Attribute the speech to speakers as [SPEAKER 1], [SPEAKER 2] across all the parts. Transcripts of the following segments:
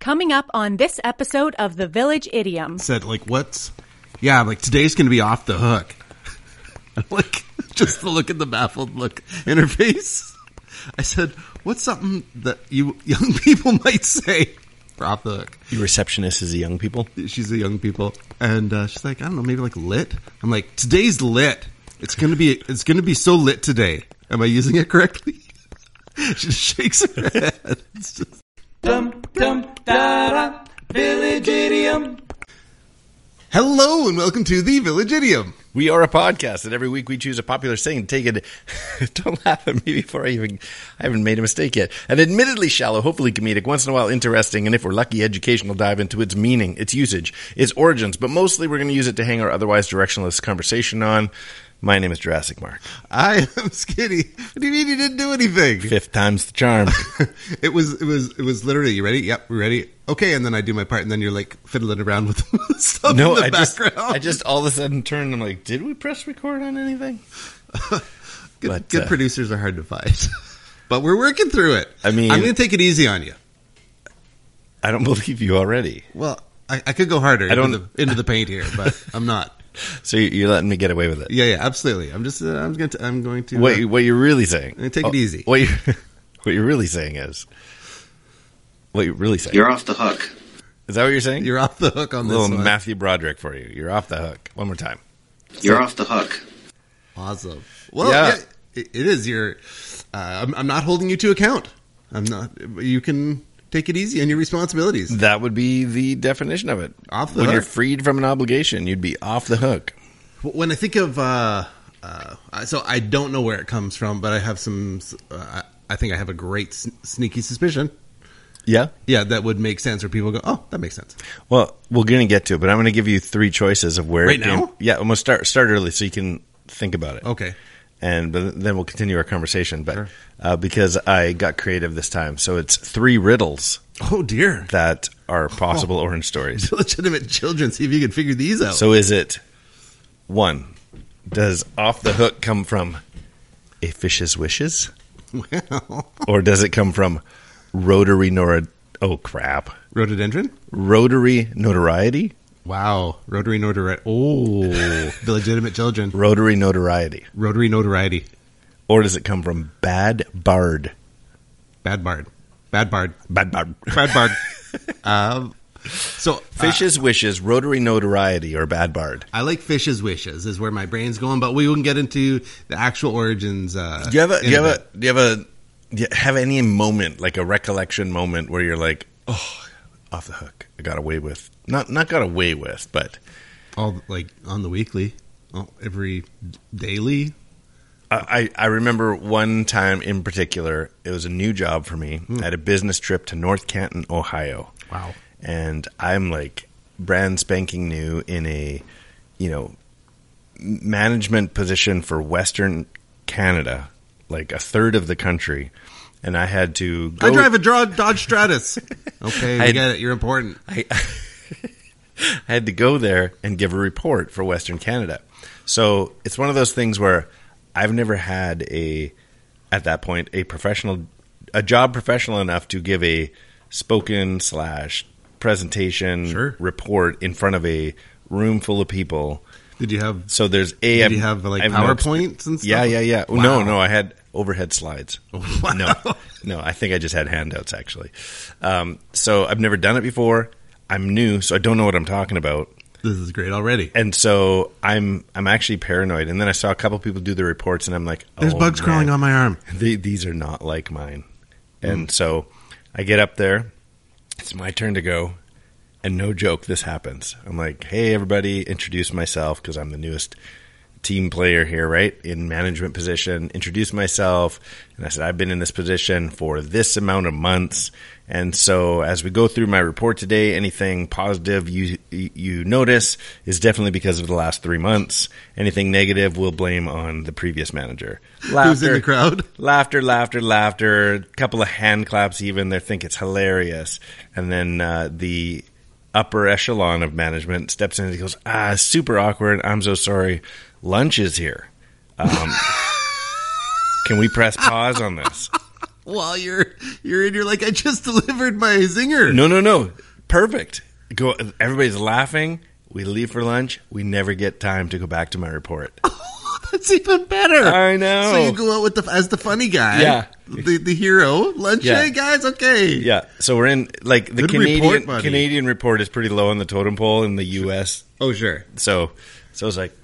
[SPEAKER 1] Coming up on this episode of The Village Idiom.
[SPEAKER 2] said like what's yeah I'm like today's gonna be off the hook I'm like just the look at the baffled look in her face i said what's something that you young people might say for off the hook
[SPEAKER 3] Your receptionist is a young people.
[SPEAKER 2] she's a young people and uh, she's like i don't know maybe like lit i'm like today's lit it's gonna be it's gonna be so lit today am i using it correctly she just shakes her head It's just- hello and welcome to the village idiom
[SPEAKER 3] We are a podcast, and every week we choose a popular saying, take it. Don't laugh at me before I even. I haven't made a mistake yet. An admittedly shallow, hopefully comedic, once in a while interesting, and if we're lucky, educational dive into its meaning, its usage, its origins. But mostly, we're going to use it to hang our otherwise directionless conversation on. My name is Jurassic Mark.
[SPEAKER 2] I am skinny. What do you mean you didn't do anything?
[SPEAKER 3] Fifth time's the charm.
[SPEAKER 2] it was it was it was literally you ready? Yep, we ready. Okay, and then I do my part, and then you're like fiddling around with stuff
[SPEAKER 3] no,
[SPEAKER 2] in the
[SPEAKER 3] I just,
[SPEAKER 2] background.
[SPEAKER 3] I just all of a sudden turned. and I'm like, did we press record on anything?
[SPEAKER 2] good,
[SPEAKER 3] but,
[SPEAKER 2] good
[SPEAKER 3] uh,
[SPEAKER 2] producers are hard to find, but we're working through it.
[SPEAKER 3] I mean-
[SPEAKER 2] I'm going to take it easy on you.
[SPEAKER 3] I don't believe you already.
[SPEAKER 2] Well, I, I could go harder.
[SPEAKER 3] don't-
[SPEAKER 2] into the, into the paint here, but I'm not.
[SPEAKER 3] So you- you're letting me get away with it.
[SPEAKER 2] Yeah, yeah, absolutely. I'm just uh, I'm going to I'm going to.
[SPEAKER 3] What
[SPEAKER 2] uh,
[SPEAKER 3] what you're really saying?
[SPEAKER 2] Uh, take it
[SPEAKER 3] oh,
[SPEAKER 2] easy.
[SPEAKER 3] What you what you're really saying is what you're really saying.
[SPEAKER 4] You're off the hook.
[SPEAKER 3] is that what you're saying?
[SPEAKER 2] you're off the hook on this
[SPEAKER 3] little
[SPEAKER 2] one.
[SPEAKER 3] Matthew Broderick for you. You're off the hook. One more time.
[SPEAKER 4] You're off the hook.
[SPEAKER 2] Awesome. Well,
[SPEAKER 3] Yeah.
[SPEAKER 2] yeah, it, it is. You're. Uh, I'm, I'm not holding you to account. I'm not. You can take it easy on your responsibilities.
[SPEAKER 3] That would be the definition of it.
[SPEAKER 2] Off the
[SPEAKER 3] when
[SPEAKER 2] hook.
[SPEAKER 3] you're freed from an obligation, you'd be off the hook.
[SPEAKER 2] When I think of, uh, uh, I- so I don't know where it comes from, but I have some. Uh, I I think I have a great sn- sneaky suspicion.
[SPEAKER 3] Yeah.
[SPEAKER 2] Yeah, that would make sense. Where people go, oh, that makes sense.
[SPEAKER 3] Well, we're gonna get to it, but I'm gonna give you three choices of where.
[SPEAKER 2] Right
[SPEAKER 3] it came-
[SPEAKER 2] now? Oh.
[SPEAKER 3] Yeah, I'm gonna start start early so you can think about it.
[SPEAKER 2] Okay.
[SPEAKER 3] and but then we'll continue our conversation. But uh, because I got creative this time, so it's three riddles
[SPEAKER 2] Oh dear.
[SPEAKER 3] that are
[SPEAKER 2] Oh.
[SPEAKER 3] possible orange stories.
[SPEAKER 2] Legitimate children. See if you can figure these out.
[SPEAKER 3] Oh. So is it one? Does off the hook come from a fish's wishes,
[SPEAKER 2] well,
[SPEAKER 3] or does it come from rotary nor? Oh crap!
[SPEAKER 2] rhododendron.
[SPEAKER 3] Rotary notoriety,
[SPEAKER 2] Wow. Rotary notoriety. Oh, the legitimate children.
[SPEAKER 3] rotary notoriety,
[SPEAKER 2] Rotary notoriety.
[SPEAKER 3] or does it come from bad bard?
[SPEAKER 2] Bad bard. Bad bard.
[SPEAKER 3] Bad bard.
[SPEAKER 2] Brad Bard. um, so fish.
[SPEAKER 3] Fish's wishes, rotary notoriety, or bad bard.
[SPEAKER 2] I like fish's wishes is where my brain's going, but we can get into the actual origins. Uh,
[SPEAKER 3] Do you have a, do
[SPEAKER 2] in
[SPEAKER 3] you have
[SPEAKER 2] bit.
[SPEAKER 3] a, do you have a, do you have any moment like a recollection moment where you're like, oh, off the hook, I got away with not not got away with, but
[SPEAKER 2] all like on the weekly, oh, every daily?
[SPEAKER 3] I I I remember one time in particular, it was a new job for me.
[SPEAKER 2] Hmm.
[SPEAKER 3] I had a business trip to North Canton, Ohio.
[SPEAKER 2] Wow.
[SPEAKER 3] and I'm like brand spanking new in a you know m- management position for Western Canada, like a third of the country, and I had to. Go
[SPEAKER 2] I drive a draw, Dodge Stratus. Okay,
[SPEAKER 3] I-
[SPEAKER 2] we get it. You're important.
[SPEAKER 3] I, I had to go there and give a report for Western Canada. So it's one of those things where I've never had a, at that point, a professional, a job professional enough to give a spoken slash presentation
[SPEAKER 2] Sure.
[SPEAKER 3] report in front of a room full of people.
[SPEAKER 2] Did you have?
[SPEAKER 3] So there's a.
[SPEAKER 2] Did you have like
[SPEAKER 3] I no expe-
[SPEAKER 2] PowerPoints and stuff?
[SPEAKER 3] yeah, yeah, yeah. Oh,
[SPEAKER 2] Wow.
[SPEAKER 3] No, no, I had overhead slides.
[SPEAKER 2] Wow.
[SPEAKER 3] No, no, I think I just had handouts actually. Um, so I've never done it before. I'm new, so I don't know what I'm talking about,
[SPEAKER 2] This is great already.
[SPEAKER 3] and so I'm I'm actually paranoid. And then I saw a couple people do the reports, and I'm like,
[SPEAKER 2] There's
[SPEAKER 3] oh,
[SPEAKER 2] bugs
[SPEAKER 3] man.
[SPEAKER 2] crawling on my arm.
[SPEAKER 3] They, these are not like mine. And so I get up there. It's my turn to go. And no joke, this happens. I'm like, hey, everybody, introduce myself because I'm the newest team player here, right? In management position, introduce myself. And I said, I've been in this position for this amount of months. And so as we go through my report today, anything positive you, you notice is definitely because of the last three months. Anything negative, we'll blame on the previous manager.
[SPEAKER 2] Who's in
[SPEAKER 3] Laughter.
[SPEAKER 2] the crowd?
[SPEAKER 3] Laughter, laughter, laughter. A couple of hand claps, even. They think it's hilarious. And then uh, the upper echelon of management steps in and goes, Ah, super awkward. I'm so sorry. Lunch is here. Um, can we press pause on this?
[SPEAKER 2] while you're you're in. You're like, I just delivered my zinger.
[SPEAKER 3] No, no, no. Perfect. Go. Everybody's laughing. We leave for lunch. We never get time to go back to my report.
[SPEAKER 2] That's even better.
[SPEAKER 3] I know.
[SPEAKER 2] So you go out with the as the funny guy.
[SPEAKER 3] Yeah.
[SPEAKER 2] The the hero. Lunch,
[SPEAKER 3] Yeah.
[SPEAKER 2] hey guys, okay.
[SPEAKER 3] Yeah. So we're in like the
[SPEAKER 2] Good
[SPEAKER 3] Canadian
[SPEAKER 2] report, buddy.
[SPEAKER 3] Canadian report is pretty low on the totem pole in the U.S.
[SPEAKER 2] Oh sure.
[SPEAKER 3] So so I was like,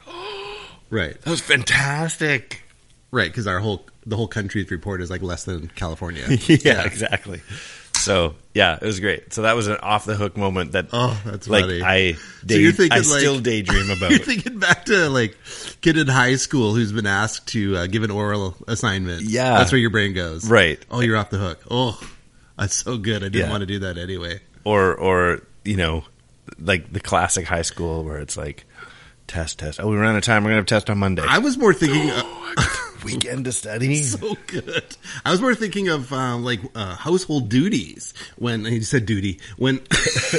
[SPEAKER 2] Right.
[SPEAKER 3] that was fantastic.
[SPEAKER 2] Right. Because our whole the whole country's report is like less than California.
[SPEAKER 3] yeah, exactly. So yeah, it was great. So that was an off the hook moment that
[SPEAKER 2] Oh, that's
[SPEAKER 3] like
[SPEAKER 2] funny.
[SPEAKER 3] I day-
[SPEAKER 2] you're thinking,
[SPEAKER 3] I
[SPEAKER 2] like-
[SPEAKER 3] still daydream about.
[SPEAKER 2] You're thinking back to like kid in high school who's been asked to uh, give an oral assignment.
[SPEAKER 3] Yeah.
[SPEAKER 2] that's where your brain goes.
[SPEAKER 3] Right.
[SPEAKER 2] Oh, you're off the hook. Oh, that's so good. I didn't
[SPEAKER 3] Yeah.
[SPEAKER 2] want to do that anyway.
[SPEAKER 3] or or you know like the classic high school where it's like test test oh we ran out of time we're gonna have test on monday
[SPEAKER 2] I was more thinking. uh,
[SPEAKER 3] weekend to study
[SPEAKER 2] so good. I was more thinking of uh, like uh, household duties when you said duty when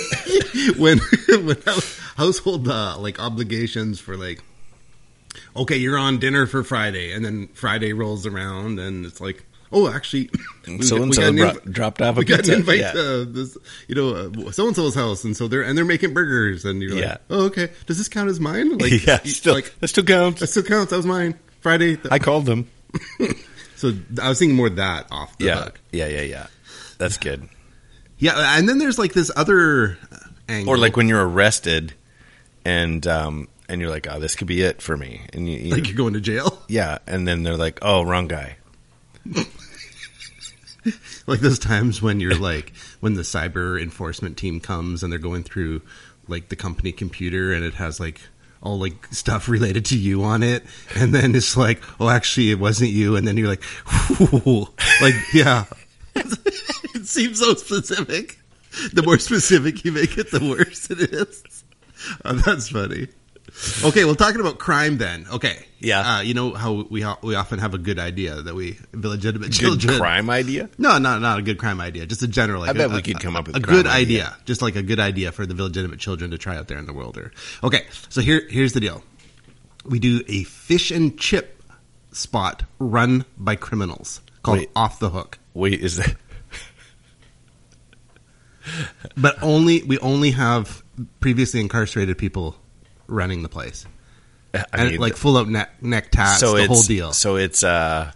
[SPEAKER 2] when when hou- household uh, like obligations for like okay you're on dinner for Friday and then Friday rolls around and it's like oh actually
[SPEAKER 3] So and so
[SPEAKER 2] got an
[SPEAKER 3] brought- dropped off a
[SPEAKER 2] we got
[SPEAKER 3] pizza.
[SPEAKER 2] an invite
[SPEAKER 3] Yeah.
[SPEAKER 2] to this you know so and so's house and so they're and they're making burgers and you're
[SPEAKER 3] Yeah.
[SPEAKER 2] like oh okay does this count as mine like
[SPEAKER 3] yeah
[SPEAKER 2] you-
[SPEAKER 3] still
[SPEAKER 2] like
[SPEAKER 3] that still counts
[SPEAKER 2] that still counts that was mine Friday
[SPEAKER 3] i called them
[SPEAKER 2] so I was thinking more of that off the
[SPEAKER 3] yeah
[SPEAKER 2] hook.
[SPEAKER 3] yeah yeah yeah that's good
[SPEAKER 2] Yeah, and then there's like this other angle.
[SPEAKER 3] or like when you're arrested and um and you're like oh this could be it for me and you, you
[SPEAKER 2] like you're going to jail.
[SPEAKER 3] yeah and then they're like oh wrong guy
[SPEAKER 2] Like those times when you're like when the cyber enforcement team comes and they're going through like the company computer and it has like all like stuff related to you on it and then it's like, "Oh, actually it wasn't you." And then you're like, "Whew." like yeah. it seems so specific. The more specific you make it, the worse it is. Oh, that's funny. Okay, well, talking about crime then. Okay,
[SPEAKER 3] Yeah.
[SPEAKER 2] Uh, you know how we we often have a good idea that we illegitimate
[SPEAKER 3] good
[SPEAKER 2] children.
[SPEAKER 3] crime idea
[SPEAKER 2] No, not not a good crime idea. Just a general. Like
[SPEAKER 3] I bet
[SPEAKER 2] a-
[SPEAKER 3] we
[SPEAKER 2] a-
[SPEAKER 3] could come up with
[SPEAKER 2] a
[SPEAKER 3] a crime
[SPEAKER 2] good
[SPEAKER 3] idea.
[SPEAKER 2] idea. just like a good idea for the illegitimate children to try out there in the world. Or okay, so here here's the deal. We do a fish and chip spot run by criminals called
[SPEAKER 3] Wait.
[SPEAKER 2] Off the Hook,
[SPEAKER 3] wait is that
[SPEAKER 2] but only we only have previously incarcerated people running the place.
[SPEAKER 3] I
[SPEAKER 2] And
[SPEAKER 3] mean,
[SPEAKER 2] like full out neck neck tats, the whole deal.
[SPEAKER 3] So it's uh,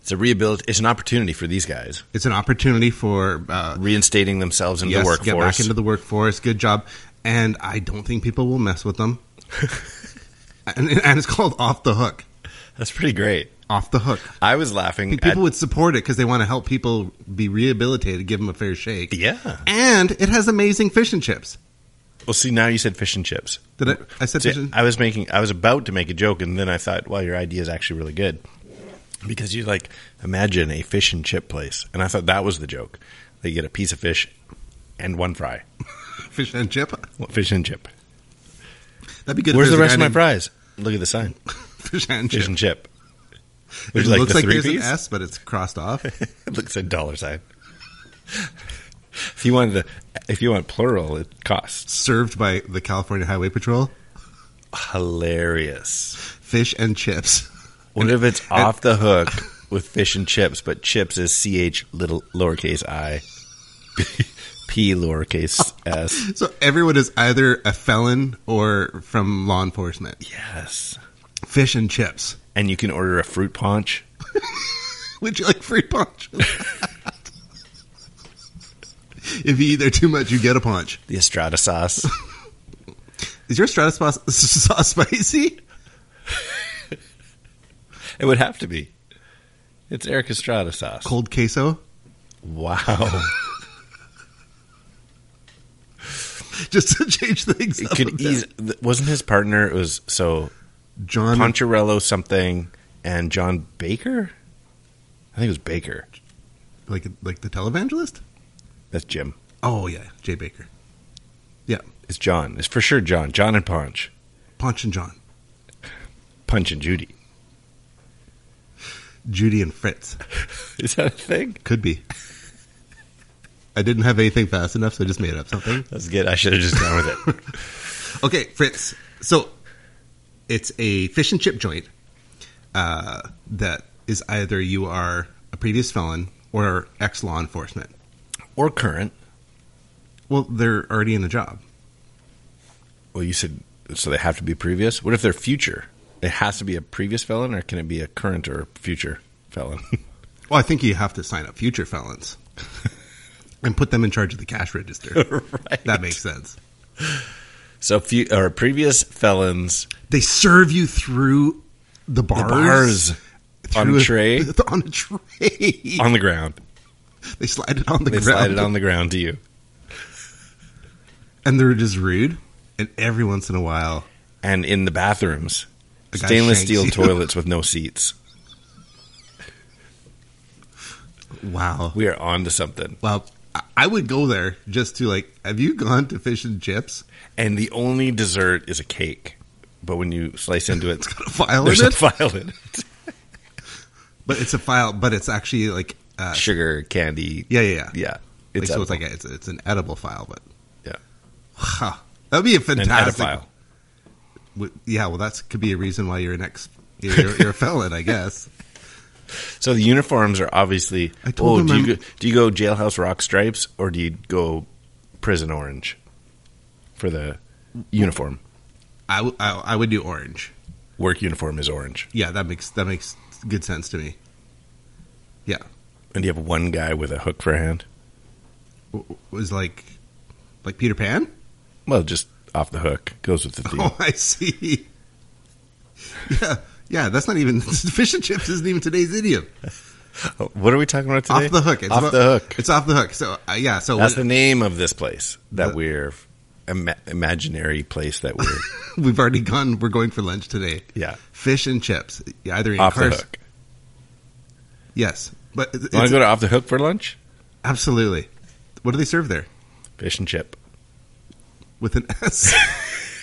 [SPEAKER 3] it's a rehabilit. It's an opportunity for these guys
[SPEAKER 2] It's an opportunity for uh,
[SPEAKER 3] reinstating themselves into
[SPEAKER 2] yes,
[SPEAKER 3] the
[SPEAKER 2] get
[SPEAKER 3] workforce.
[SPEAKER 2] back into the workforce. Good job. And I don't think people will mess with them. and, and it's called off the hook.
[SPEAKER 3] That's pretty great.
[SPEAKER 2] Off the hook.
[SPEAKER 3] I was laughing.
[SPEAKER 2] People
[SPEAKER 3] at-
[SPEAKER 2] would support it because they want to help people be rehabilitated, give them a fair shake.
[SPEAKER 3] yeah.
[SPEAKER 2] And it has amazing fish and chips.
[SPEAKER 3] Well, see, now you said fish and chips.
[SPEAKER 2] Did I, I said
[SPEAKER 3] See,
[SPEAKER 2] fish and
[SPEAKER 3] I was making. I was about to make a joke, and then I thought, well, your idea is actually really good because you like imagine a fish and chip place, and I thought that was the joke. They get a piece of fish and one fry,
[SPEAKER 2] fish and chip.
[SPEAKER 3] Well, fish and chip.
[SPEAKER 2] That'd be good. if
[SPEAKER 3] Where's
[SPEAKER 2] there
[SPEAKER 3] the
[SPEAKER 2] was
[SPEAKER 3] rest
[SPEAKER 2] a
[SPEAKER 3] of
[SPEAKER 2] guy
[SPEAKER 3] my fries? Look at the sign,
[SPEAKER 2] named Fish and
[SPEAKER 3] fish
[SPEAKER 2] chip.
[SPEAKER 3] and chip. Would
[SPEAKER 2] It
[SPEAKER 3] you like
[SPEAKER 2] looks
[SPEAKER 3] the
[SPEAKER 2] like there's
[SPEAKER 3] three-piece?
[SPEAKER 2] an S, but it's crossed off.
[SPEAKER 3] It looks like dollar sign. if you wanted to, if you want plural, it costs
[SPEAKER 2] Served by the California Highway Patrol.
[SPEAKER 3] hilarious.
[SPEAKER 2] Fish and chips.
[SPEAKER 3] What if it's off the hook with fish and chips, but chips is C H little lowercase i, P lowercase s.
[SPEAKER 2] So everyone is either a felon or from law enforcement.
[SPEAKER 3] Yes,
[SPEAKER 2] fish and chips.
[SPEAKER 3] and you can order a fruit punch.
[SPEAKER 2] Would you like free punch? if you eat there too much, you get a punch.
[SPEAKER 3] The Estrada sauce.
[SPEAKER 2] Is your Strata sauce, sauce spicy?
[SPEAKER 3] It would have to be. It's Eric Estrada sauce.
[SPEAKER 2] Cold queso?
[SPEAKER 3] Wow.
[SPEAKER 2] Just to change things
[SPEAKER 3] It
[SPEAKER 2] up. a
[SPEAKER 3] could
[SPEAKER 2] bit.
[SPEAKER 3] ease. th- Wasn't his partner? It was so
[SPEAKER 2] John
[SPEAKER 3] Um, Poncherello something and John Baker. I think it was Baker.
[SPEAKER 2] like like the televangelist?
[SPEAKER 3] That's Jim.
[SPEAKER 2] Oh yeah, Jay Baker. Yeah.
[SPEAKER 3] It's John. It's for sure John. John and Punch.
[SPEAKER 2] Punch and John.
[SPEAKER 3] Punch and Judy.
[SPEAKER 2] Judy and Fritz.
[SPEAKER 3] Is that a thing?
[SPEAKER 2] Could be. I didn't have anything fast enough, so I just made up something.
[SPEAKER 3] That's good. I should have just gone with it.
[SPEAKER 2] Okay, Fritz. So it's a fish and chip joint uh, that is either you are a previous felon or ex law enforcement.
[SPEAKER 3] or current.
[SPEAKER 2] Well, they're already in the job.
[SPEAKER 3] Well, you said so they have to be previous. What if they're future? It has to be a previous felon, or can it be a current or future felon?
[SPEAKER 2] Well, I think you have to sign up future felons and put them in charge of the cash register.
[SPEAKER 3] right.
[SPEAKER 2] That makes sense.
[SPEAKER 3] so few or previous felons.
[SPEAKER 2] They serve you through the bars,
[SPEAKER 3] bars. On a tray?
[SPEAKER 2] on a tray.
[SPEAKER 3] on the ground.
[SPEAKER 2] they slide it on the
[SPEAKER 3] They
[SPEAKER 2] ground,
[SPEAKER 3] slide it on the ground to you.
[SPEAKER 2] and they're just rude. And every once in a while,
[SPEAKER 3] And in the bathrooms,
[SPEAKER 2] The guy
[SPEAKER 3] stainless
[SPEAKER 2] shanks
[SPEAKER 3] steel
[SPEAKER 2] you.
[SPEAKER 3] toilets with no seats.
[SPEAKER 2] wow,
[SPEAKER 3] We are on to something.
[SPEAKER 2] well, I- I would go there just to like. Have you gone to fish and chips?
[SPEAKER 3] And the only dessert is a cake. But when you slice into it,
[SPEAKER 2] Got a file
[SPEAKER 3] there's
[SPEAKER 2] in
[SPEAKER 3] a
[SPEAKER 2] it,
[SPEAKER 3] file in it.
[SPEAKER 2] but it's a file. But it's actually like, uh,
[SPEAKER 3] Sugar, candy.
[SPEAKER 2] yeah, yeah, yeah.
[SPEAKER 3] Yeah.
[SPEAKER 2] Like, so
[SPEAKER 3] edible.
[SPEAKER 2] it's like a, it's it's an edible file, but
[SPEAKER 3] yeah.
[SPEAKER 2] huh. that'd be a
[SPEAKER 3] an
[SPEAKER 2] fantastic.
[SPEAKER 3] edophile.
[SPEAKER 2] w- yeah, well, that could be a reason why you're an ex. You're, you're, you're a felon, I guess.
[SPEAKER 3] So the uniforms are obviously.
[SPEAKER 2] I told
[SPEAKER 3] oh,
[SPEAKER 2] him
[SPEAKER 3] do you,
[SPEAKER 2] I'm-
[SPEAKER 3] go, do you go jailhouse rock stripes or do you go prison orange for the uniform?
[SPEAKER 2] I, w- I- I would do orange.
[SPEAKER 3] Work uniform is orange,
[SPEAKER 2] Yeah, that makes that makes good sense to me. Yeah,
[SPEAKER 3] and you have one guy with a hook for a hand.
[SPEAKER 2] W- w- was like like Peter Pan.
[SPEAKER 3] Well, just off the hook goes with the theme.
[SPEAKER 2] Oh, I see. Yeah, yeah. That's not even fish and chips. Isn't even today's idiom.
[SPEAKER 3] What are we talking about today?
[SPEAKER 2] Oh. Off the hook. It's
[SPEAKER 3] off
[SPEAKER 2] about-
[SPEAKER 3] the hook.
[SPEAKER 2] It's off the hook. So uh, yeah. So
[SPEAKER 3] That's the
[SPEAKER 2] we,
[SPEAKER 3] name of this place that
[SPEAKER 2] The-
[SPEAKER 3] we're ima- imaginary place that we're
[SPEAKER 2] have already gone. We're going for lunch today.
[SPEAKER 3] yeah
[SPEAKER 2] Fish and chips. Yeah, either in
[SPEAKER 3] off the
[SPEAKER 2] cars.
[SPEAKER 3] hook.
[SPEAKER 2] Yes, but it-
[SPEAKER 3] Want
[SPEAKER 2] it's-
[SPEAKER 3] to go to off the hook for lunch?
[SPEAKER 2] absolutely. What do they serve there?
[SPEAKER 3] Fish and chip,
[SPEAKER 2] with an S.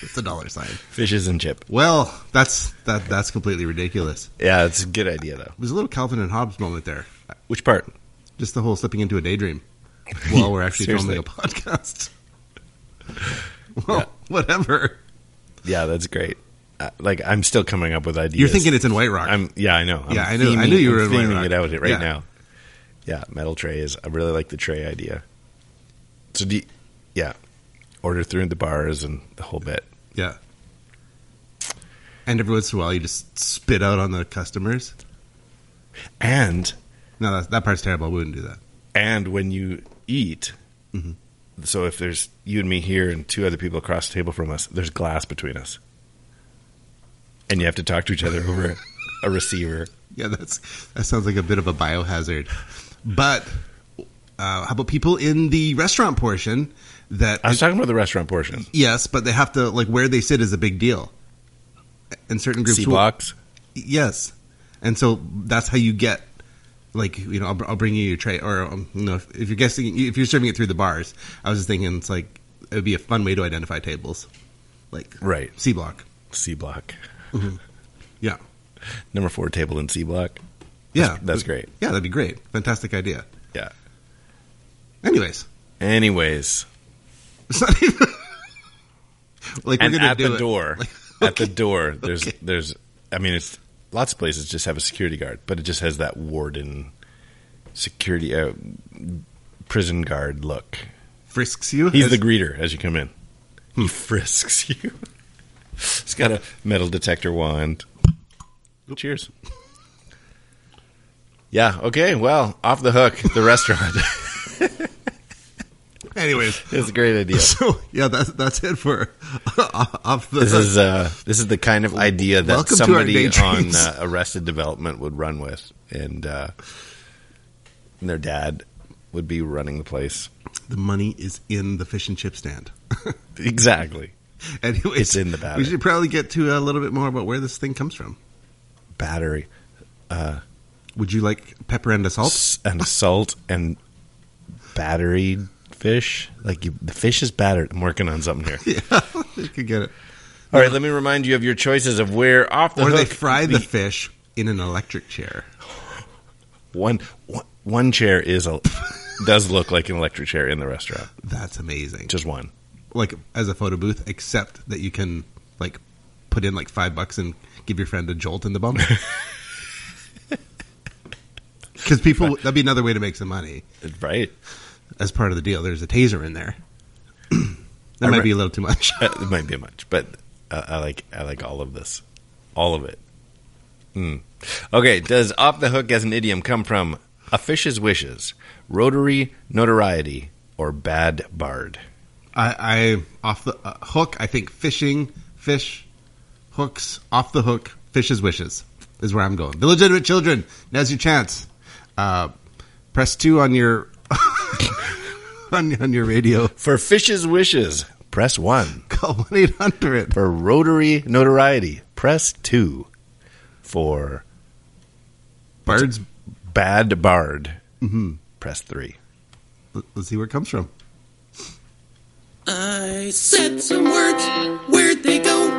[SPEAKER 2] it's a dollar sign.
[SPEAKER 3] fishes and chip.
[SPEAKER 2] Well, that's that. That's completely ridiculous.
[SPEAKER 3] Yeah, it's a good idea though.
[SPEAKER 2] It was a little Calvin and Hobbes moment there.
[SPEAKER 3] Which part?
[SPEAKER 2] Just the whole slipping into a daydream while we're actually filming
[SPEAKER 3] Seriously.
[SPEAKER 2] a podcast. Well, whatever.
[SPEAKER 3] Yeah, that's great. Uh, like I'm still coming up with ideas.
[SPEAKER 2] You're thinking it's in White Rock.
[SPEAKER 3] I'm yeah, I know. I'm
[SPEAKER 2] Yeah, I knew- I knew you were
[SPEAKER 3] I'm
[SPEAKER 2] in White
[SPEAKER 3] theming
[SPEAKER 2] Rock.
[SPEAKER 3] it out right
[SPEAKER 2] Yeah.
[SPEAKER 3] now. Yeah, metal tray is. I really like the tray idea. So do you, yeah, order through the bars and the whole bit.
[SPEAKER 2] yeah. And every once in a while, you just spit out on the customers.
[SPEAKER 3] And
[SPEAKER 2] No, that, that part's terrible. I wouldn't do that.
[SPEAKER 3] and when you eat
[SPEAKER 2] Mm-hmm.
[SPEAKER 3] so if there's you and me here and two other people across the table from us there's glass between us and you have to talk to each other over a receiver
[SPEAKER 2] Yeah, that's that sounds like a bit of a biohazard. But uh, how about people in the restaurant portion that
[SPEAKER 3] i was talking about the restaurant portion
[SPEAKER 2] Yes, but they have to like where they sit is a big deal. And certain groups,
[SPEAKER 3] c
[SPEAKER 2] will-
[SPEAKER 3] blocks
[SPEAKER 2] yes, and so that's how you get like you know I'll, I'll bring you your tray or um, you know if, if you're guessing if you're serving it through the bars. I was just thinking it's like it would be a fun way to identify tables, like
[SPEAKER 3] right
[SPEAKER 2] C block.
[SPEAKER 3] c block
[SPEAKER 2] Mm-hmm. Yeah,
[SPEAKER 3] number four table in c block
[SPEAKER 2] yeah,
[SPEAKER 3] that's great.
[SPEAKER 2] Yeah, that'd be great. Fantastic idea.
[SPEAKER 3] yeah
[SPEAKER 2] Anyways,
[SPEAKER 3] anyways
[SPEAKER 2] it's not even like we're
[SPEAKER 3] and
[SPEAKER 2] gonna
[SPEAKER 3] at
[SPEAKER 2] do
[SPEAKER 3] the
[SPEAKER 2] it.
[SPEAKER 3] door
[SPEAKER 2] Like,
[SPEAKER 3] at the door there's
[SPEAKER 2] Okay.
[SPEAKER 3] there's i mean it's lots of places just have a security guard but it just has that warden security uh, prison guard look
[SPEAKER 2] frisks you.
[SPEAKER 3] He's
[SPEAKER 2] as- Hmm.
[SPEAKER 3] the greeter as you come in. He frisks you. He's got a metal detector wand. Cheers. Yeah, okay, well, off the hook, the restaurant.
[SPEAKER 2] anyways.
[SPEAKER 3] it's a great idea.
[SPEAKER 2] So yeah, that's that's it for uh, off the
[SPEAKER 3] This is uh, this is the kind of idea that
[SPEAKER 2] Welcome to our
[SPEAKER 3] somebody on
[SPEAKER 2] daydreams.
[SPEAKER 3] uh, Arrested Development would run with, and, uh, and their dad would be running the place.
[SPEAKER 2] The money is in the fish and chip stand.
[SPEAKER 3] Exactly,
[SPEAKER 2] Anyways,
[SPEAKER 3] It's in the batter.
[SPEAKER 2] We should probably get to a little bit more about where this thing comes from.
[SPEAKER 3] battery
[SPEAKER 2] Would you like pepper and a salt?
[SPEAKER 3] s- and salt and battery fish. Like you, the fish is battered. I'm working on something here.
[SPEAKER 2] Yeah, you could get it.
[SPEAKER 3] All right, let me remind you of your choices of where off the
[SPEAKER 2] Or they
[SPEAKER 3] hook
[SPEAKER 2] fry the fish in an electric chair.
[SPEAKER 3] one one- one chair is a does look like an electric chair in the restaurant.
[SPEAKER 2] That's amazing.
[SPEAKER 3] Just one.
[SPEAKER 2] Like as a photo booth, except that you can like put in like five bucks and give your friend a jolt in the bum. because people that'd be another way to make some money
[SPEAKER 3] right?
[SPEAKER 2] as part of the deal. There's a taser in there. that
[SPEAKER 3] I
[SPEAKER 2] might
[SPEAKER 3] re-
[SPEAKER 2] be a little too much.
[SPEAKER 3] Uh, it might be much, but uh, I like I like all of this, all of it. Hmm. Okay, does off the hook as an idiom come from a fish's wishes, rotary notoriety, or bad bard?
[SPEAKER 2] I, I off the uh, hook. I think fishing, fish, hooks, off the hook, fish's wishes is where I'm going. The legitimate children. Now's your chance. Uh, press two on your on, on your radio.
[SPEAKER 3] For fish's wishes, press one.
[SPEAKER 2] Call one eight hundred.
[SPEAKER 3] For rotary notoriety, press two. For
[SPEAKER 2] Birds.
[SPEAKER 3] bad bard, press three.
[SPEAKER 2] let- Let's see where it comes from.
[SPEAKER 4] I said some words. Where'd they go?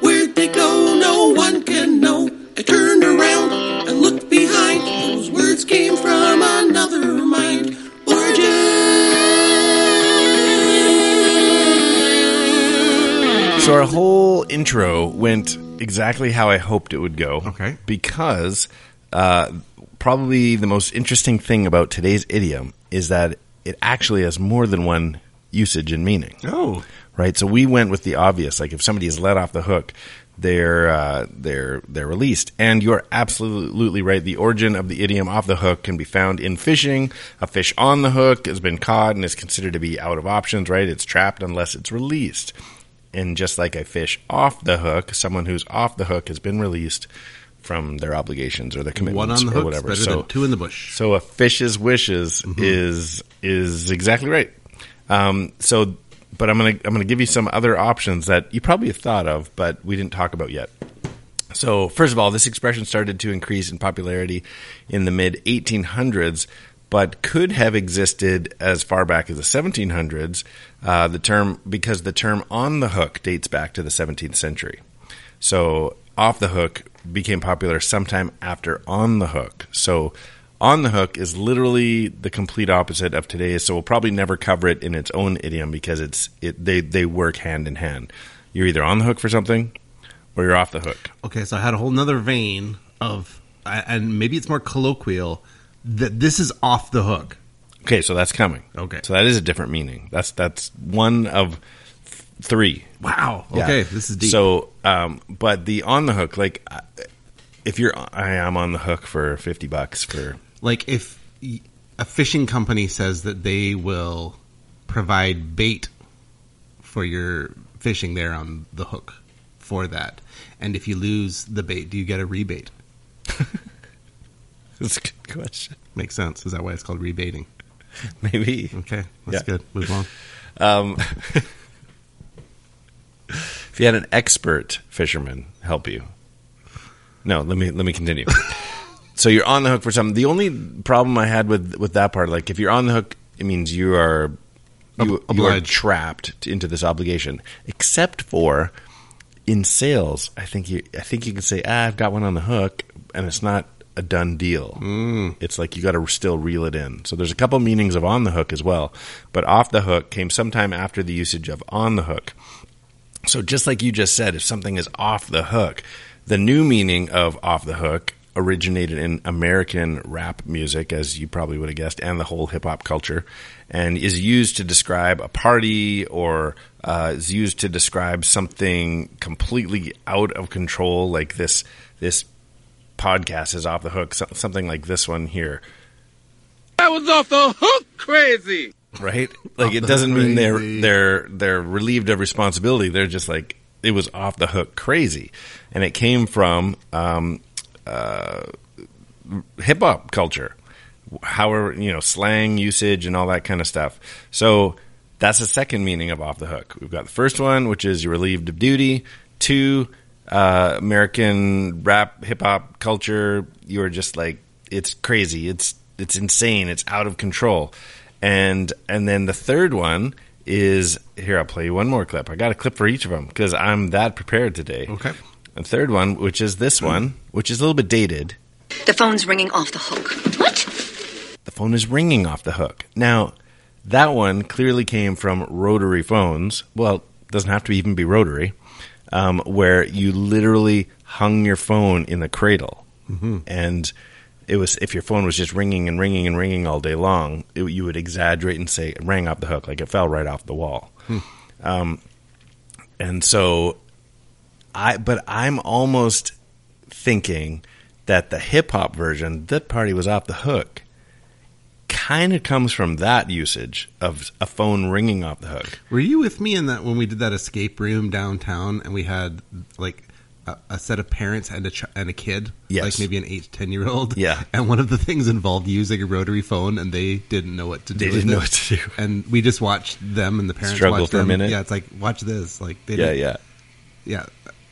[SPEAKER 4] Where'd they go? No one can know. I turned around and looked behind. Those words came from another mind. Origin.
[SPEAKER 3] So our whole intro went exactly how I hoped it would go.
[SPEAKER 2] Okay.
[SPEAKER 3] Because uh, probably the most interesting thing about today's idiom is that it actually has more than one usage and meaning.
[SPEAKER 2] Oh,
[SPEAKER 3] Right. So we went with the obvious. Like if somebody is let off the hook, they're uh, they're they're released. And you're absolutely right. The origin of the idiom "off the hook" can be found in fishing. A fish on the hook has been caught and is considered to be out of options. Right. It's trapped unless it's released. And just like a fish off the hook, someone who's off the hook has been released from their obligations or their commitments
[SPEAKER 2] one on the
[SPEAKER 3] or
[SPEAKER 2] hook
[SPEAKER 3] whatever.
[SPEAKER 2] better
[SPEAKER 3] so
[SPEAKER 2] than two in the bush.
[SPEAKER 3] so a fish's wishes is is exactly right. Um, so, but I'm gonna I'm gonna give you some other options that you probably have thought of, but we didn't talk about yet. So, first of all, this expression started to increase in popularity in the mid 1800s, but could have existed as far back as the 1700s. Uh, the term because the term "on the hook" dates back to the 17th century. So, "off the hook" became popular sometime after "on the hook." So, "on the hook" is literally the complete opposite of today's. So, we'll probably never cover it in its own idiom because it's it, they they work hand in hand. You're either on the hook for something, or you're off the hook.
[SPEAKER 2] Okay, so I had a whole nother vein of, I- and maybe it's more colloquial that this is off the hook.
[SPEAKER 3] Okay, so that's coming.
[SPEAKER 2] Okay.
[SPEAKER 3] so that is a different meaning. That's that's one of th- three.
[SPEAKER 2] Wow.
[SPEAKER 3] Yeah.
[SPEAKER 2] Okay, this is deep.
[SPEAKER 3] So, um, but the on the hook, like I- if you're, I am on the hook for fifty bucks for
[SPEAKER 2] like if y- a fishing company says that they will provide bait for your fishing there on the hook for that and if you lose the bait do you get a rebate
[SPEAKER 3] that's a good question.
[SPEAKER 2] makes sense is that why it's called rebating
[SPEAKER 3] Maybe
[SPEAKER 2] okay that's
[SPEAKER 3] Yeah.
[SPEAKER 2] good move on
[SPEAKER 3] um, if you had an expert fisherman help you. No, let me let me continue. so you're on the hook for something. The only problem I had with with that part, like if you're on the hook, it means you are you, you are
[SPEAKER 2] obliged.
[SPEAKER 3] trapped into this obligation, except for in sales. I think you I think you can say, ah, I've got one on the hook, and it's not a done deal. Mm. It's like you got to still reel it in. So there's a couple meanings of on the hook as well, but off the hook came sometime after the usage of on the hook. So just like you just said, if something is off the hook, the new meaning of off the hook originated in American rap music, as you probably would have guessed, and the whole hip hop culture, and is used to describe a party or uh, is used to describe something completely out of control, like this this podcast is off the hook, so- something like this one here.
[SPEAKER 4] That was off the hook crazy.
[SPEAKER 3] right? Like it
[SPEAKER 2] the
[SPEAKER 3] doesn't mean they're
[SPEAKER 2] crazy.
[SPEAKER 3] they're they're relieved of responsibility. They're just like it was off the hook crazy, and it came from um, uh, hip hop culture, however you know slang usage and all that kind of stuff. So that's the second meaning of off the hook. We've got the first one, which is you're relieved of duty. Two, uh, American rap hip hop culture. You're just like it's crazy. It's it's insane. It's out of control. And and then the third one is here. I'll play you one more clip. I got a clip for each of them because I'm that prepared today.
[SPEAKER 2] Okay.
[SPEAKER 3] The third one, which is this one, which is a little bit dated.
[SPEAKER 5] The phone's ringing off the hook. What?
[SPEAKER 3] the phone is ringing off the hook. Now, that one clearly came from rotary phones. Well, it doesn't have to even be rotary, um, where you literally hung your phone in the cradle, and it was if your phone was just ringing and ringing and ringing all day long, it, you would exaggerate and say it rang off the hook, like it fell right off the wall. Um, and so, I but I'm almost thinking that the hip hop version, that party was off the hook, kind of comes from that usage of a phone ringing off the hook.
[SPEAKER 2] Were you with me in that when we did that escape room downtown and we had like a, a set of parents and a ch- and a kid,
[SPEAKER 3] Yes.
[SPEAKER 2] like maybe an eight to ten year old,
[SPEAKER 3] Yeah.
[SPEAKER 2] And one of the things involved using a rotary phone, and they didn't know what to do.
[SPEAKER 3] They
[SPEAKER 2] with
[SPEAKER 3] didn't know
[SPEAKER 2] it.
[SPEAKER 3] what to do.
[SPEAKER 2] and we just watched them and the parents
[SPEAKER 3] Struggle
[SPEAKER 2] watched
[SPEAKER 3] for a
[SPEAKER 2] them.
[SPEAKER 3] minute.
[SPEAKER 2] Yeah, it's like watch this, like they
[SPEAKER 3] Yeah,
[SPEAKER 2] didn't-
[SPEAKER 3] yeah,
[SPEAKER 2] yeah.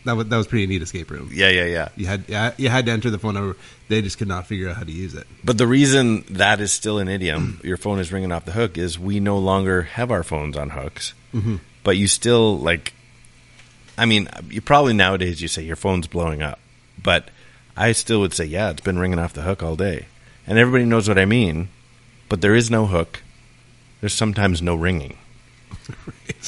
[SPEAKER 2] That was that was pretty neat escape room.
[SPEAKER 3] yeah, yeah, yeah.
[SPEAKER 2] You had yeah, you had to enter the phone number. They just could not figure out how to use it.
[SPEAKER 3] But the reason that is still an idiom, your phone is ringing off the hook, is we no longer have our phones on hooks. But you still like, I mean, you probably nowadays you say your phone's blowing up, but I still would say, yeah, it's been ringing off the hook all day, and everybody knows what I mean. But there is no hook. There's sometimes no ringing,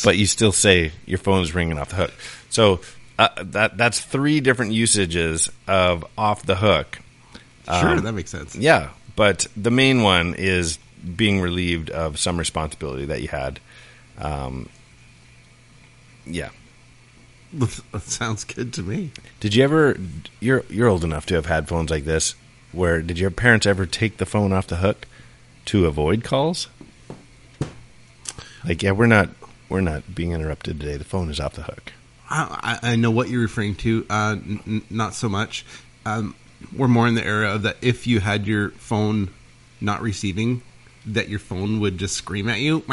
[SPEAKER 3] but you still say your phone's ringing off the hook. So uh, that that's three different usages of off the hook.
[SPEAKER 2] Sure, that makes sense.
[SPEAKER 3] Uh, Yeah, but the main one is being relieved of some responsibility that you had. Um, yeah.
[SPEAKER 2] that sounds good to me.
[SPEAKER 3] Did you ever? You're you're old enough to have had phones like this. Where did your parents ever take the phone off the hook to avoid calls? Like, yeah, we're not we're not being interrupted today. The phone is off the hook.
[SPEAKER 2] I, I I know what you're referring to. Uh, n- n- not so much. Um, we're more in the era of that if you had your phone not receiving, that your phone would just scream at you.
[SPEAKER 3] Oh,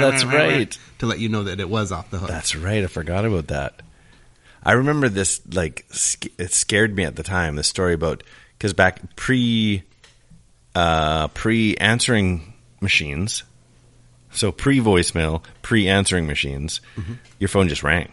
[SPEAKER 3] that's right.
[SPEAKER 2] To let you know that it was off the hook.
[SPEAKER 3] That's right. I forgot about that. I remember this like sc- it scared me at the time. This story about because back pre uh, pre answering machines, so pre voicemail, pre answering machines, your phone just rang,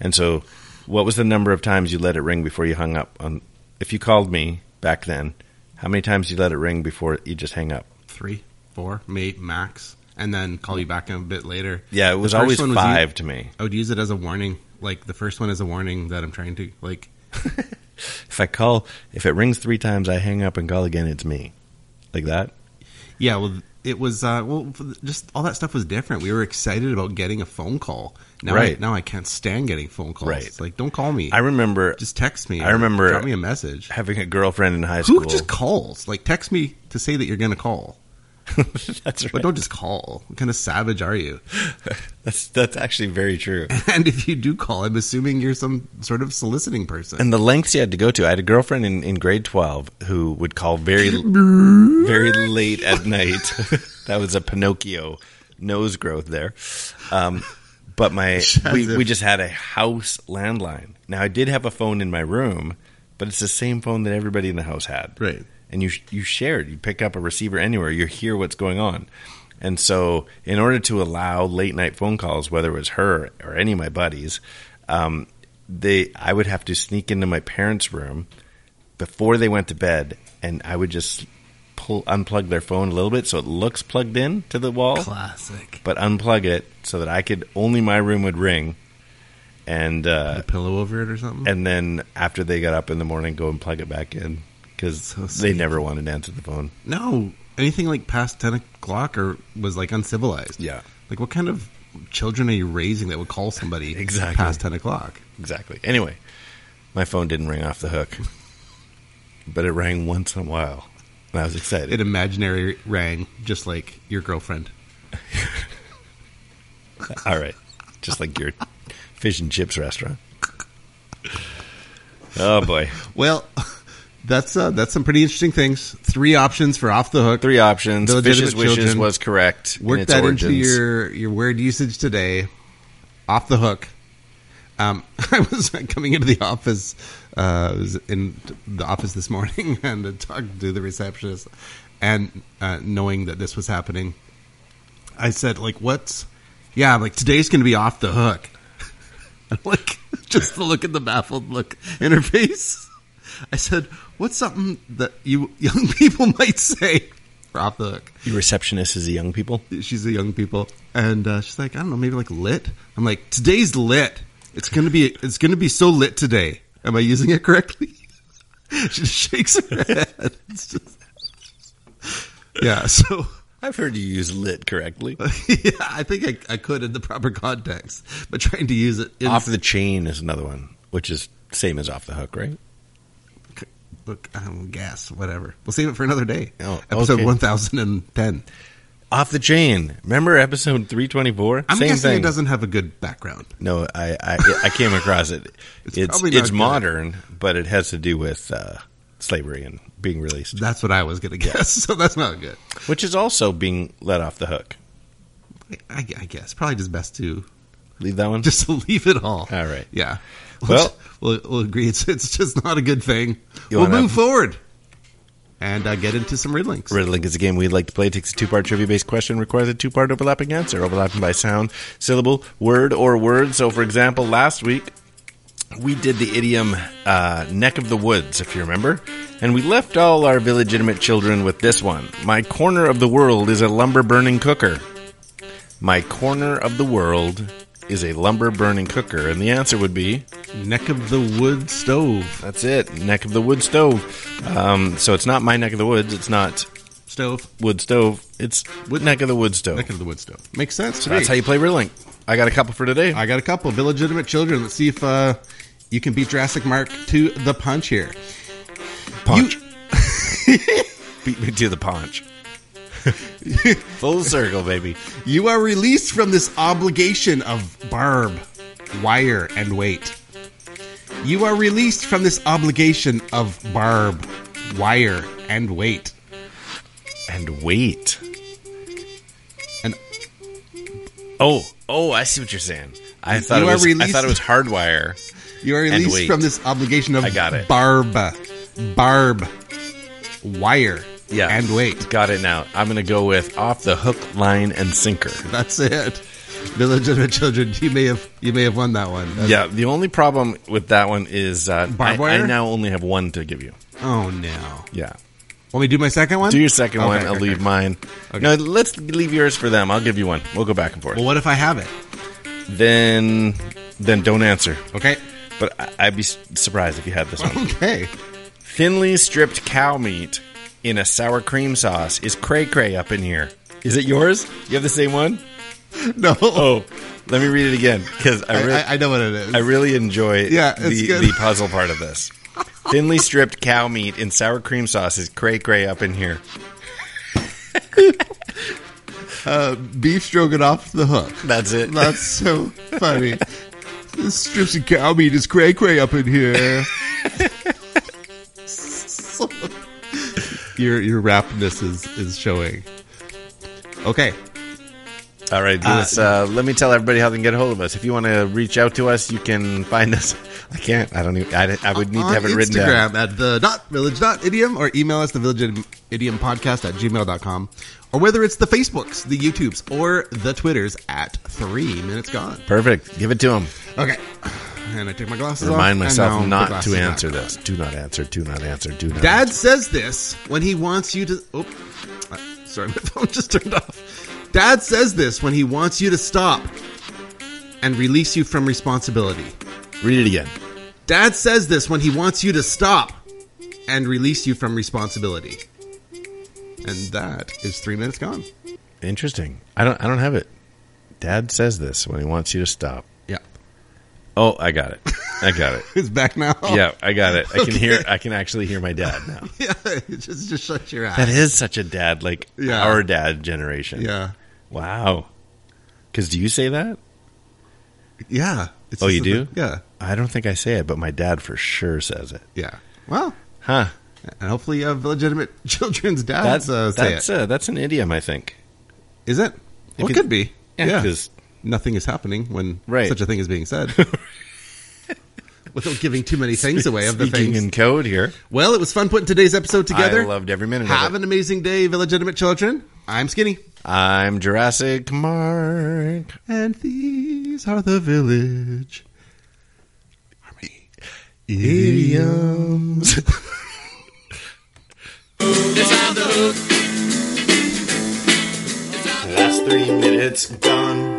[SPEAKER 3] and so what was the number of times you let it ring before you hung up? On if you called me back then, how many times you let it ring before you just hang up?
[SPEAKER 2] Three, four, maybe max, and then call you back a bit later.
[SPEAKER 3] Yeah, it
[SPEAKER 2] The
[SPEAKER 3] was e-
[SPEAKER 2] first
[SPEAKER 3] always
[SPEAKER 2] one u-
[SPEAKER 3] five to me.
[SPEAKER 2] I would use it as a warning. Like the first one is a warning that I'm trying to like.
[SPEAKER 3] If I call, if it rings three times, I hang up and call again. It's me, like that.
[SPEAKER 2] Yeah, well, it was uh, well, f- just all that stuff was different. We were excited about getting a phone call. Now,
[SPEAKER 3] Right.
[SPEAKER 2] I, now I can't stand getting phone calls.
[SPEAKER 3] Right.
[SPEAKER 2] It's like, don't call me.
[SPEAKER 3] I remember
[SPEAKER 2] just text me.
[SPEAKER 3] I remember-
[SPEAKER 2] drop me a message.
[SPEAKER 3] having a girlfriend in high school.
[SPEAKER 2] Who just calls? Like, text me to say that you're going to call,
[SPEAKER 3] that's right.
[SPEAKER 2] but don't just call. What kind of savage are you?
[SPEAKER 3] that's that's actually very true.
[SPEAKER 2] And if you do call, I'm assuming you're some sort of soliciting person.
[SPEAKER 3] And the lengths you had to go to. I had a girlfriend in, in grade twelve who would call very very late at night. that was a Pinocchio nose growth there. Um, but my we, we just had a house landline. Now I did have a phone in my room, but it's the same phone that everybody in the house had.
[SPEAKER 2] Right.
[SPEAKER 3] and you you shared. You pick up a receiver anywhere. You hear what's going on. And so, in order to allow late night phone calls, whether it was her or any of my buddies, um, they I would have to sneak into my parents' room before they went to bed, and I would just pull unplug their phone a little bit so it looks plugged in to the wall,
[SPEAKER 2] Classic.
[SPEAKER 3] but unplug it so that I could only my room would ring, and uh,
[SPEAKER 2] A pillow over it or something.
[SPEAKER 3] and then after they got up in the morning, go and plug it back in because
[SPEAKER 2] So
[SPEAKER 3] they
[SPEAKER 2] sweet.
[SPEAKER 3] never wanted to answer the phone.
[SPEAKER 2] no, anything like past ten o'clock or was like uncivilized.
[SPEAKER 3] Yeah.
[SPEAKER 2] Like, what kind of children are you raising that would call somebody
[SPEAKER 3] Exactly.
[SPEAKER 2] past ten o'clock?
[SPEAKER 3] Exactly. Anyway, my phone didn't ring off the hook, but it rang once in a while, and I was excited.
[SPEAKER 2] an imaginary rang, just like your girlfriend.
[SPEAKER 3] All right, just like your fish and chips restaurant. Oh boy,
[SPEAKER 2] Well, that's uh, that's some pretty interesting things. Three options for off the hook.
[SPEAKER 3] three options.
[SPEAKER 2] The legitimate
[SPEAKER 3] Fish's wishes
[SPEAKER 2] children.
[SPEAKER 3] was correct. in
[SPEAKER 2] Work
[SPEAKER 3] its
[SPEAKER 2] that
[SPEAKER 3] origins.
[SPEAKER 2] into your your word usage today. Off the hook. Um, I was coming into the office. Uh, I was in the office this morning and I talked to the receptionist, and uh, knowing that this was happening, I said, "Like, what's? Yeah, like today's going to be off the hook." like just the look at the baffled look in her face. I said, "What's something that you young people might say?" We're off the hook.
[SPEAKER 3] Your receptionist is the young people.
[SPEAKER 2] She's a young people, and uh, she's like, "I don't know, maybe like lit." I'm like, "Today's lit. It's gonna be. It's gonna be so lit today." Am I using it correctly? She just shakes her head. It's just- yeah, so
[SPEAKER 3] I've heard you use lit correctly.
[SPEAKER 2] yeah, I think I, I could in the proper context, but trying to use it in
[SPEAKER 3] off the chain is another one, which is same as off the hook, right?
[SPEAKER 2] look, I don't guess, whatever. We'll save it for another day.
[SPEAKER 3] Oh,
[SPEAKER 2] Episode
[SPEAKER 3] okay.
[SPEAKER 2] 1010.
[SPEAKER 3] Off the chain. Remember episode three twenty four?
[SPEAKER 2] I'm
[SPEAKER 3] Same
[SPEAKER 2] guessing
[SPEAKER 3] thing.
[SPEAKER 2] it doesn't have a good background.
[SPEAKER 3] No, I I, I came across it.
[SPEAKER 2] It's
[SPEAKER 3] it's it's,
[SPEAKER 2] probably not good.
[SPEAKER 3] modern, but it has to do with uh, slavery and being released,
[SPEAKER 2] That's what I was going to guess, so that's not good.
[SPEAKER 3] which is also being let off the hook.
[SPEAKER 2] I, I guess. Probably just best to
[SPEAKER 3] Leave that one.
[SPEAKER 2] just to leave it all.
[SPEAKER 3] All right.
[SPEAKER 2] Yeah.
[SPEAKER 3] Well-
[SPEAKER 2] we'll, we'll agree it's, it's just not a good thing.
[SPEAKER 3] You
[SPEAKER 2] We'll
[SPEAKER 3] wanna-
[SPEAKER 2] move forward and uh, get into some riddlings.
[SPEAKER 3] Riddling is a game we'd like to play. It takes a two part trivia based question, requires a two part overlapping answer, overlapping by sound, syllable, word, or word. So, for example, last week we did the idiom uh, neck of the woods, if you remember. And we left all our illegitimate children with this one My corner of the world is a lumber burning cooker. My corner of the world is a lumber burning cooker. And the answer would be
[SPEAKER 2] Neck of the wood stove.
[SPEAKER 3] that's it, neck of the wood stove. Um, so, it's not my neck of the woods, it's not
[SPEAKER 2] Stove.
[SPEAKER 3] wood stove. It's wood neck of the wood stove.
[SPEAKER 2] Neck of the wood stove. Makes sense to me.
[SPEAKER 3] That's how you play Riddling. I got a couple for today.
[SPEAKER 2] I got a couple of illegitimate children. Let's see if uh, you can beat Jurassic Mark to the punch here.
[SPEAKER 3] punch. Beat me to the punch. Full circle, baby.
[SPEAKER 2] You are released from this obligation of barb, wire, and weight. You are released from this obligation of barb, wire, and weight.
[SPEAKER 3] And wait.
[SPEAKER 2] And
[SPEAKER 3] Oh, oh, I see what you're saying. I thought
[SPEAKER 2] You
[SPEAKER 3] it
[SPEAKER 2] are
[SPEAKER 3] was. I
[SPEAKER 2] released-
[SPEAKER 3] thought it was hardwire.
[SPEAKER 2] you are
[SPEAKER 3] And
[SPEAKER 2] released
[SPEAKER 3] weight.
[SPEAKER 2] from this obligation of
[SPEAKER 3] I got it.
[SPEAKER 2] barb, barb, wire,
[SPEAKER 3] Yeah,
[SPEAKER 2] and weight.
[SPEAKER 3] Got it now. I'm gonna go with off the hook, line, and sinker.
[SPEAKER 2] That's it. Illegitimate children, you may have you may have won that one. That's-
[SPEAKER 3] Yeah. The only problem with that one is uh, I,
[SPEAKER 2] Barbed
[SPEAKER 3] I
[SPEAKER 2] wire?
[SPEAKER 3] now only have one to give you.
[SPEAKER 2] Oh no.
[SPEAKER 3] Yeah.
[SPEAKER 2] Want me to do my second one?
[SPEAKER 3] Do your second
[SPEAKER 2] Okay,
[SPEAKER 3] one. I'll
[SPEAKER 2] okay,
[SPEAKER 3] leave
[SPEAKER 2] okay.
[SPEAKER 3] mine. No, let's leave yours for them. I'll give you one. We'll go back and forth.
[SPEAKER 2] Well, what if I have it?
[SPEAKER 3] then then don't answer.
[SPEAKER 2] Okay.
[SPEAKER 3] But I, I'd be s- surprised if you had this one.
[SPEAKER 2] Okay.
[SPEAKER 3] Thinly stripped cow meat in a sour cream sauce is cray cray up in here. Is it yours? You have the same one?
[SPEAKER 2] No.
[SPEAKER 3] Oh, let me read it again because I,
[SPEAKER 2] I,
[SPEAKER 3] re-
[SPEAKER 2] I, I know what it is.
[SPEAKER 3] I really enjoy
[SPEAKER 2] Yeah, it's
[SPEAKER 3] the,
[SPEAKER 2] good.
[SPEAKER 3] the puzzle part of this. Thinly stripped cow meat in sour cream sauce is cray cray up in here.
[SPEAKER 2] Beef stroganoff the hook.
[SPEAKER 3] That's it.
[SPEAKER 2] That's so funny. This strips of cow meat is cray cray up in here. So- your your rapidness is is showing. Okay.
[SPEAKER 3] All right, Lewis, uh, let me tell everybody how they can get a hold of us. If you want to reach out to us, you can find us. I can't. I don't even. I, I would need to
[SPEAKER 2] on
[SPEAKER 3] have it written down.
[SPEAKER 2] Instagram at the dot village dot idiom or email us the village idiom podcast at gmail.com or whether it's the Facebooks, the YouTubes, or the Twitters at three minutes gone.
[SPEAKER 3] Perfect. Give it to him.
[SPEAKER 2] Okay. And I take my glasses off. and
[SPEAKER 3] Remind
[SPEAKER 2] now
[SPEAKER 3] myself
[SPEAKER 2] put
[SPEAKER 3] not
[SPEAKER 2] glasses
[SPEAKER 3] to
[SPEAKER 2] back
[SPEAKER 3] answer
[SPEAKER 2] on.
[SPEAKER 3] this. Do not answer. Do not answer. Do not.
[SPEAKER 2] Dad says this when he wants you to. Oh, uh, sorry, my phone just turned off. Dad says this when he wants you to stop and release you from responsibility.
[SPEAKER 3] answer. Read it again.
[SPEAKER 2] Dad says this when he wants you to stop and release you from responsibility. And that is three minutes gone.
[SPEAKER 3] Interesting. I don't. I don't have it. Dad says this when he wants you to stop.
[SPEAKER 2] Yeah,
[SPEAKER 3] Oh, I got it. I got it.
[SPEAKER 2] it's back now.
[SPEAKER 3] Yeah, I got it. I can hear. I can actually hear my dad now.
[SPEAKER 2] yeah. Just, just shut your
[SPEAKER 3] That
[SPEAKER 2] eyes.
[SPEAKER 3] is such a dad, like
[SPEAKER 2] Yeah.
[SPEAKER 3] our dad generation.
[SPEAKER 2] Yeah,
[SPEAKER 3] Wow. Because do you say that?
[SPEAKER 2] yeah. It's
[SPEAKER 3] Oh,
[SPEAKER 2] just
[SPEAKER 3] you
[SPEAKER 2] a-
[SPEAKER 3] do?
[SPEAKER 2] Yeah,
[SPEAKER 3] I don't think I say it, but my dad for sure says it.
[SPEAKER 2] yeah. Well,
[SPEAKER 3] Huh?
[SPEAKER 2] and hopefully you have legitimate children's dads
[SPEAKER 3] That's
[SPEAKER 2] uh, say
[SPEAKER 3] that's
[SPEAKER 2] it.
[SPEAKER 3] uh, that's an idiom, I think.
[SPEAKER 2] Is it? It
[SPEAKER 3] Well,
[SPEAKER 2] could
[SPEAKER 3] 'cause-
[SPEAKER 2] be.
[SPEAKER 3] yeah,
[SPEAKER 2] Yeah,
[SPEAKER 3] 'cause-
[SPEAKER 2] nothing is happening when
[SPEAKER 3] Right.
[SPEAKER 2] such a thing is being said. Without giving too many things away of the
[SPEAKER 3] Speaking
[SPEAKER 2] things.
[SPEAKER 3] in code here.
[SPEAKER 2] well, it was fun putting today's episode together.
[SPEAKER 3] I loved every minute
[SPEAKER 2] Have
[SPEAKER 3] of it.
[SPEAKER 2] an amazing day, illegitimate children. I'm Skinny.
[SPEAKER 3] I'm Jurassic Mark.
[SPEAKER 2] And these are the village. Harmony. Idioms.
[SPEAKER 6] Last three minutes gone.